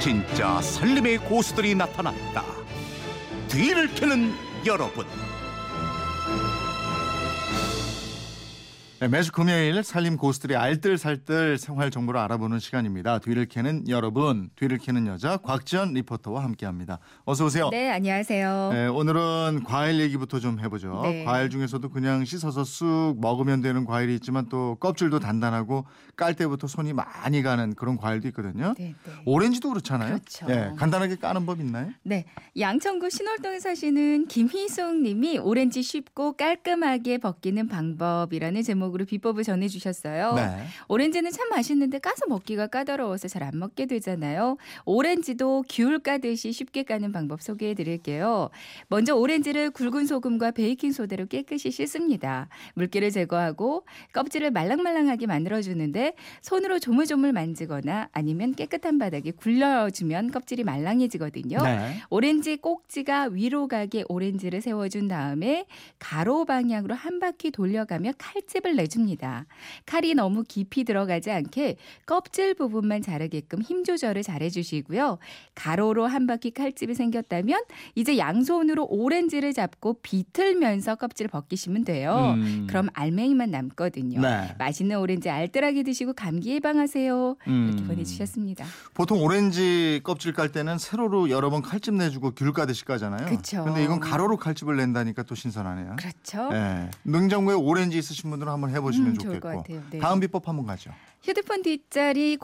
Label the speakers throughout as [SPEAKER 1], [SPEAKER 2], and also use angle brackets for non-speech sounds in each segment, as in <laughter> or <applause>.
[SPEAKER 1] 진짜 살림의 고수들이 나타났다. 뒤를 캐는 여러분.
[SPEAKER 2] 네, 매주 금요일 살림 고수들이 알뜰살뜰 생활 정보를 알아보는 시간입니다. 뒤를 캐는 여러분, 뒤를 캐는 여자 곽지연 리포터와 함께합니다. 어서 오세요.
[SPEAKER 3] <laughs> 네, 안녕하세요.
[SPEAKER 2] 네, 오늘은 과일 얘기부터 좀 해보죠.
[SPEAKER 3] 네.
[SPEAKER 2] 과일 중에서도 그냥 씻어서 쑥 먹으면 되는 과일이 있지만 또 껍질도 단단하고 깔 때부터 손이 많이 가는 그런 과일도 있거든요.
[SPEAKER 3] 네, 네.
[SPEAKER 2] 오렌지도 그렇잖아요.
[SPEAKER 3] 그렇죠.
[SPEAKER 2] 예, 간단하게 까는 법 있나요?
[SPEAKER 3] 네, 양천구 신월동에 사시는 김희숙 님이 오렌지 쉽고 깔끔하게 벗기는 방법이라는 제목으로 비법을 전해주셨어요.
[SPEAKER 2] 네.
[SPEAKER 3] 오렌지는 참 맛있는데 까서 먹기가 까다로워서 잘 안 먹게 되잖아요. 오렌지도 귤 까듯이 쉽게 까는 방법 소개해 드릴게요. 먼저 오렌지를 굵은 소금과 베이킹 소다로 깨끗이 씻습니다. 물기를 제거하고 껍질을 말랑말랑하게 만들어 주는데 손으로 조물조물 만지거나 아니면 깨끗한 바닥에 굴려주면 껍질이 말랑해지거든요.
[SPEAKER 2] 네.
[SPEAKER 3] 오렌지 꼭지가 위로 가게 오렌지를 세워준 다음에 가로 방향으로 한 바퀴 돌려가며 칼집을 내줍니다. 칼이 너무 깊이 들어가지 않게 껍질 부분만 자르게끔 힘 조절을 잘해주시고요. 가로로 한 바퀴 칼집이 생겼다면 이제 양손으로 오렌지를 잡고 비틀면서 껍질을 벗기시면 돼요.
[SPEAKER 2] 음.
[SPEAKER 3] 그럼 알맹이만 남거든요.
[SPEAKER 2] 네.
[SPEAKER 3] 맛있는 오렌지 알뜰하게 드시고 감기 예방하세요. 이렇게
[SPEAKER 2] 음.
[SPEAKER 3] 보내주셨습니다.
[SPEAKER 2] 보통 오렌지 껍질 깔 때는 세로로 여러 번 칼집 내주고 귤 까듯이 까잖아요.
[SPEAKER 3] 그쵸.
[SPEAKER 2] 근데 이건 가로로 칼집을 낸다니까 또 신선하네요.
[SPEAKER 3] 그렇죠?
[SPEAKER 2] 예. 냉장고에 오렌지 있으신 분들은 한번 해보시면
[SPEAKER 3] 음, 좋을
[SPEAKER 2] 좋겠고.
[SPEAKER 3] 것 같아요. 네.
[SPEAKER 2] 다음 비법 한번 가죠.
[SPEAKER 3] 휴대폰 뒷자리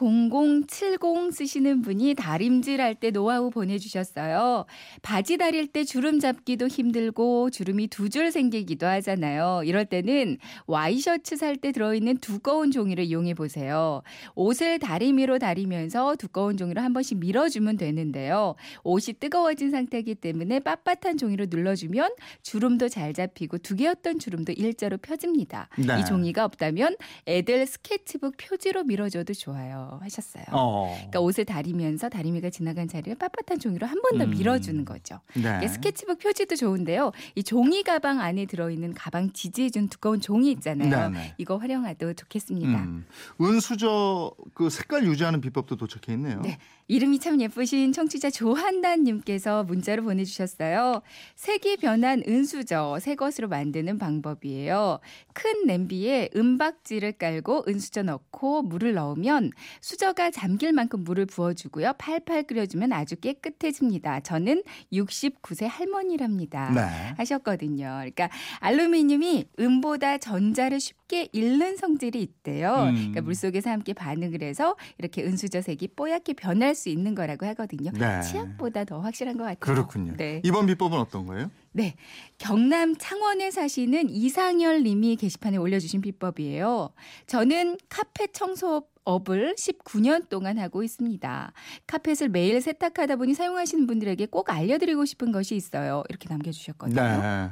[SPEAKER 3] 0070 쓰시는 분이 다림질할 때 노하우 보내주셨어요. 바지 다릴 때 주름 잡기도 힘들고 주름이 두 줄 생기기도 하잖아요. 이럴 때는 와이셔츠 살 때 들어있는 두꺼운 종이를 이용해 보세요. 옷을 다리미로 다리면서 두꺼운 종이로 한 번씩 밀어주면 되는데요. 옷이 뜨거워진 상태이기 때문에 빳빳한 종이로 눌러주면 주름도 잘 잡히고 두 개였던 주름도 일자로 펴집니다.
[SPEAKER 2] 네.
[SPEAKER 3] 이 종이가 없다면 애들 스케치북 표지로 밀어줘도 좋아요 하셨어요.
[SPEAKER 2] 어.
[SPEAKER 3] 그러니까 옷을 다리면서 다리미가 지나간 자리를 빳빳한 종이로 한 번 더
[SPEAKER 2] 음.
[SPEAKER 3] 밀어주는 거죠.
[SPEAKER 2] 네.
[SPEAKER 3] 이게 스케치북 표지도 좋은데요. 이 종이 가방 안에 들어있는 가방 지지해준 두꺼운 종이 있잖아요.
[SPEAKER 2] 네, 네.
[SPEAKER 3] 이거 활용해도 좋겠습니다.
[SPEAKER 2] 음. 은수저 그 색깔 유지하는 비법도 도착해 있네요.
[SPEAKER 3] 네. 이름이 참 예쁘신 청취자 조한단님께서 문자로 보내주셨어요. 색이 변한 은수저 새 것으로 만드는 방법이에요. 큰 냄비에 은박지를 깔고 은수저 넣고 물을 넣으면 수저가 잠길 만큼 물을 부어주고요. 팔팔 끓여주면 아주 깨끗해집니다. 저는 69세 할머니랍니다.
[SPEAKER 2] 네.
[SPEAKER 3] 하셨거든요. 그러니까 알루미늄이 음보다 전자를 쉽게 잃는 성질이 있대요.
[SPEAKER 2] 음.
[SPEAKER 3] 그러니까 물속에서 함께 반응을 해서 이렇게 은수저색이 뽀얗게 변할 수 있는 거라고 하거든요.
[SPEAKER 2] 네.
[SPEAKER 3] 치약보다 더 확실한 것 같아요.
[SPEAKER 2] 그렇군요.
[SPEAKER 3] 네.
[SPEAKER 2] 이번 비법은 어떤 거예요?
[SPEAKER 3] 네. 경남 창원에 사시는 이상열 님이 게시판에 올려주신 비법이에요. 저는 카펫 청소 업을 19년 동안 하고 있습니다. 카펫을 매일 세탁하다 보니 사용하시는 분들에게 꼭 알려드리고 싶은 것이 있어요. 이렇게 남겨주셨거든요.
[SPEAKER 2] 네.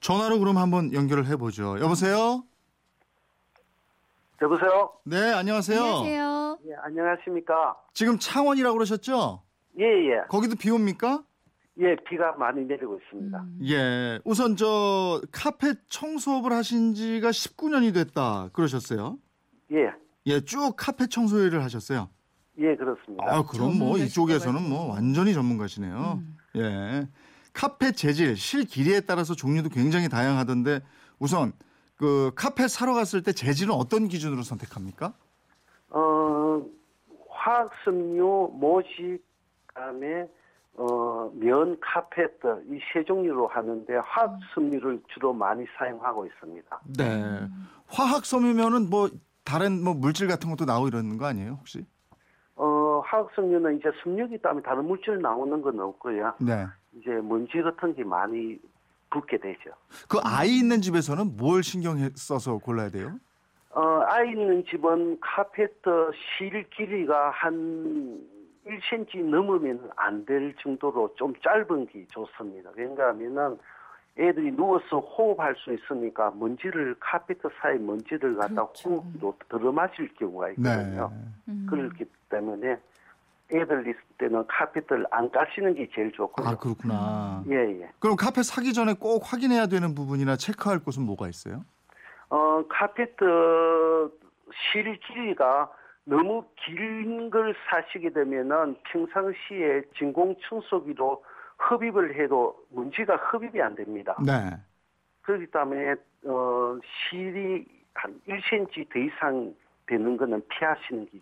[SPEAKER 2] 전화로 그럼 한번 연결을 해보죠. 여보세요.
[SPEAKER 4] 여보세요?
[SPEAKER 2] 네, 안녕하세요.
[SPEAKER 3] 안녕하세요.
[SPEAKER 4] 예, 안녕하십니까?
[SPEAKER 2] 지금 창원이라고 그러셨죠?
[SPEAKER 4] 예, 예.
[SPEAKER 2] 거기도 비 옵니까?
[SPEAKER 4] 예, 비가 많이 내리고 있습니다.
[SPEAKER 3] 음.
[SPEAKER 2] 예, 우선 저 카펫 청소업을 하신 지가 19년이 됐다 그러셨어요.
[SPEAKER 4] 예,
[SPEAKER 2] 예, 쭉 카펫 청소 일을 하셨어요.
[SPEAKER 4] 예, 그렇습니다.
[SPEAKER 2] 아, 그럼 뭐
[SPEAKER 3] 전문가시죠,
[SPEAKER 2] 이쪽에서는 뭐
[SPEAKER 3] 그래도.
[SPEAKER 2] 완전히 전문가시네요.
[SPEAKER 3] 음.
[SPEAKER 2] 예, 카펫 재질, 실 길이에 따라서 종류도 굉장히 다양하던데 우선 그 카펫 사러 갔을 때 재질은 어떤 기준으로 선택합니까?
[SPEAKER 4] 어, 화학섬유, 모식, 그다음에 어, 면, 카펫 이 세 종류로 하는데 화학섬유를 주로 많이 사용하고 있습니다.
[SPEAKER 2] 네, 화학 섬유면은 뭐 다른 뭐 물질 같은 것도 나오고 이러는 거 아니에요 혹시?
[SPEAKER 4] 어, 화학섬유는 이제 섬유기 때문에 다른 물질 나오는 건 없고요.
[SPEAKER 2] 네,
[SPEAKER 4] 이제 먼지 같은 게 많이 붙게 되죠.
[SPEAKER 2] 그 아이 있는 집에서는 뭘 신경 해- 써서 골라야 돼요?
[SPEAKER 4] 어, 아이 있는 집은 카펫 실 길이가 한 1cm 넘으면 안 될 정도로 좀 짧은 게 좋습니다. 그런가 하면은 애들이 누워서 호흡할 수 있으니까 먼지를 카펫 사이 먼지를 갖다
[SPEAKER 3] 그렇죠.
[SPEAKER 4] 호흡으로 들어마실
[SPEAKER 2] 네.
[SPEAKER 4] 경우가 있거든요.
[SPEAKER 3] 음.
[SPEAKER 4] 그렇기 때문에 애들 있을 때는 카펫을 안 까시는 게 제일 좋고요.
[SPEAKER 2] 아
[SPEAKER 3] 그렇죠.
[SPEAKER 2] 그렇구나.
[SPEAKER 4] 예, 예.
[SPEAKER 2] 그럼 카펫 사기 전에 꼭 확인해야 되는 부분이나 체크할 곳은 뭐가 있어요?
[SPEAKER 4] 어, 카펫 실 길이가 너무 긴 걸 사시게 되면은 평상시에 진공 청소기로 흡입을 해도 먼지가 흡입이 안 됩니다.
[SPEAKER 2] 네.
[SPEAKER 4] 그렇기 때문에 어, 실이 한 1cm 더 이상 되는 거는 피하시는 게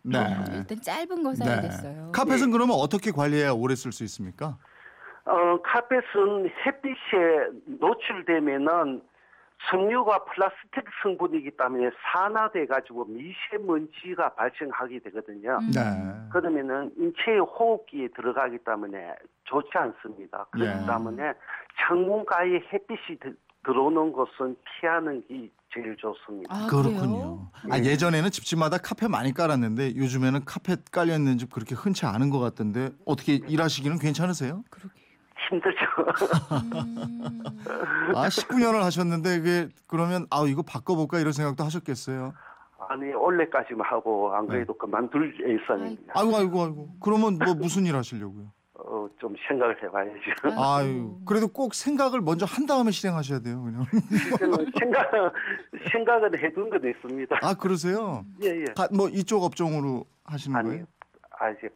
[SPEAKER 2] 네.
[SPEAKER 3] 일단 짧은 거 사야겠어요. 네.
[SPEAKER 2] 카펫은 그러면 어떻게 관리해야 오래 쓸 수 있습니까?
[SPEAKER 4] 어, 카펫은 햇빛에 노출되면은 섬유가 플라스틱 성분이기 때문에 산화돼 가지고 미세먼지가 발생하게 되거든요.
[SPEAKER 3] 음.
[SPEAKER 2] 네.
[SPEAKER 4] 그러면은 인체의 호흡기에 들어가기 때문에 좋지 않습니다. 그렇기
[SPEAKER 2] 네.
[SPEAKER 4] 때문에 창문가에 햇빛이 드- 들어오는 것은 피하는 게 제일 좋습니다.
[SPEAKER 3] 아, 그래요?
[SPEAKER 2] 그렇군요. 아,
[SPEAKER 4] 네.
[SPEAKER 2] 예전에는 집집마다 카펫 많이 깔았는데 요즘에는 카펫 깔려 있는 집 그렇게 흔치 않은 것 같던데 어떻게 일하시기는 괜찮으세요? <laughs>
[SPEAKER 3] 그러게요.
[SPEAKER 4] 힘들죠. <laughs>
[SPEAKER 3] 음.
[SPEAKER 2] 아, 19년을 하셨는데 그게 그러면 아, 이거 바꿔 볼까 이런 생각도 하셨겠어요.
[SPEAKER 4] 아니 올해까지만 하고 안 그래도 그만둘 예산입니다.
[SPEAKER 2] 아이고 아이고 아이고. 그러면 뭐 무슨 일 하시려고요?
[SPEAKER 4] 어, 좀 생각을 해봐야죠.
[SPEAKER 2] 아유. 그래도 꼭 생각을 먼저 한 다음에 실행하셔야 돼요, 그냥.
[SPEAKER 4] 저는 생각 생각은 해둔 건 있습니다.
[SPEAKER 2] <laughs> 아, 그러세요?
[SPEAKER 4] 예 예.
[SPEAKER 2] 가- 뭐 이쪽 업종으로 하시는
[SPEAKER 4] 아니
[SPEAKER 2] 거예요?
[SPEAKER 4] 아 이제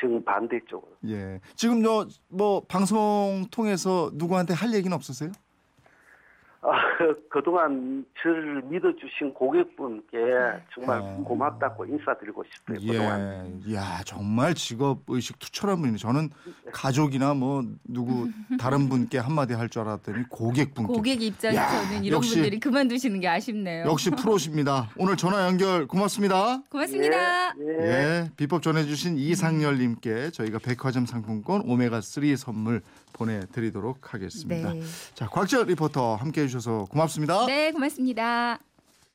[SPEAKER 4] 지금 반대쪽으로.
[SPEAKER 2] 예. 지금 저 뭐 방송 통해서 누구한테 할 얘기는 없으세요?
[SPEAKER 4] 아, 그동안 저를 믿어주신 고객분께 정말
[SPEAKER 2] 아.
[SPEAKER 4] 고맙다고 인사드리고 싶어요. 네,
[SPEAKER 2] 예.
[SPEAKER 4] 그동안.
[SPEAKER 2] 야 정말 직업 의식 투철한 분이네. 저는 가족이나 뭐 <laughs> 누구 다른 분께 한마디 할 줄 알았더니 고객분께.
[SPEAKER 3] 고객 입장에서는
[SPEAKER 2] 야,
[SPEAKER 3] 이런
[SPEAKER 2] 역시-
[SPEAKER 3] 분들이 그만두시는 게 아쉽네요.
[SPEAKER 2] 역시 프로십니다. 오늘 전화 연결 고맙습니다.
[SPEAKER 3] 고맙습니다.
[SPEAKER 4] 예, 예.
[SPEAKER 2] 예, 비법 전해주신 이상열님께 저희가 백화점 상품권 오메가 3 선물 보내드리도록 하겠습니다. 어.
[SPEAKER 3] 네.
[SPEAKER 2] 자, 곽지연 리포터 함께해 주셔서 고맙습니다.
[SPEAKER 3] 네, 고맙습니다.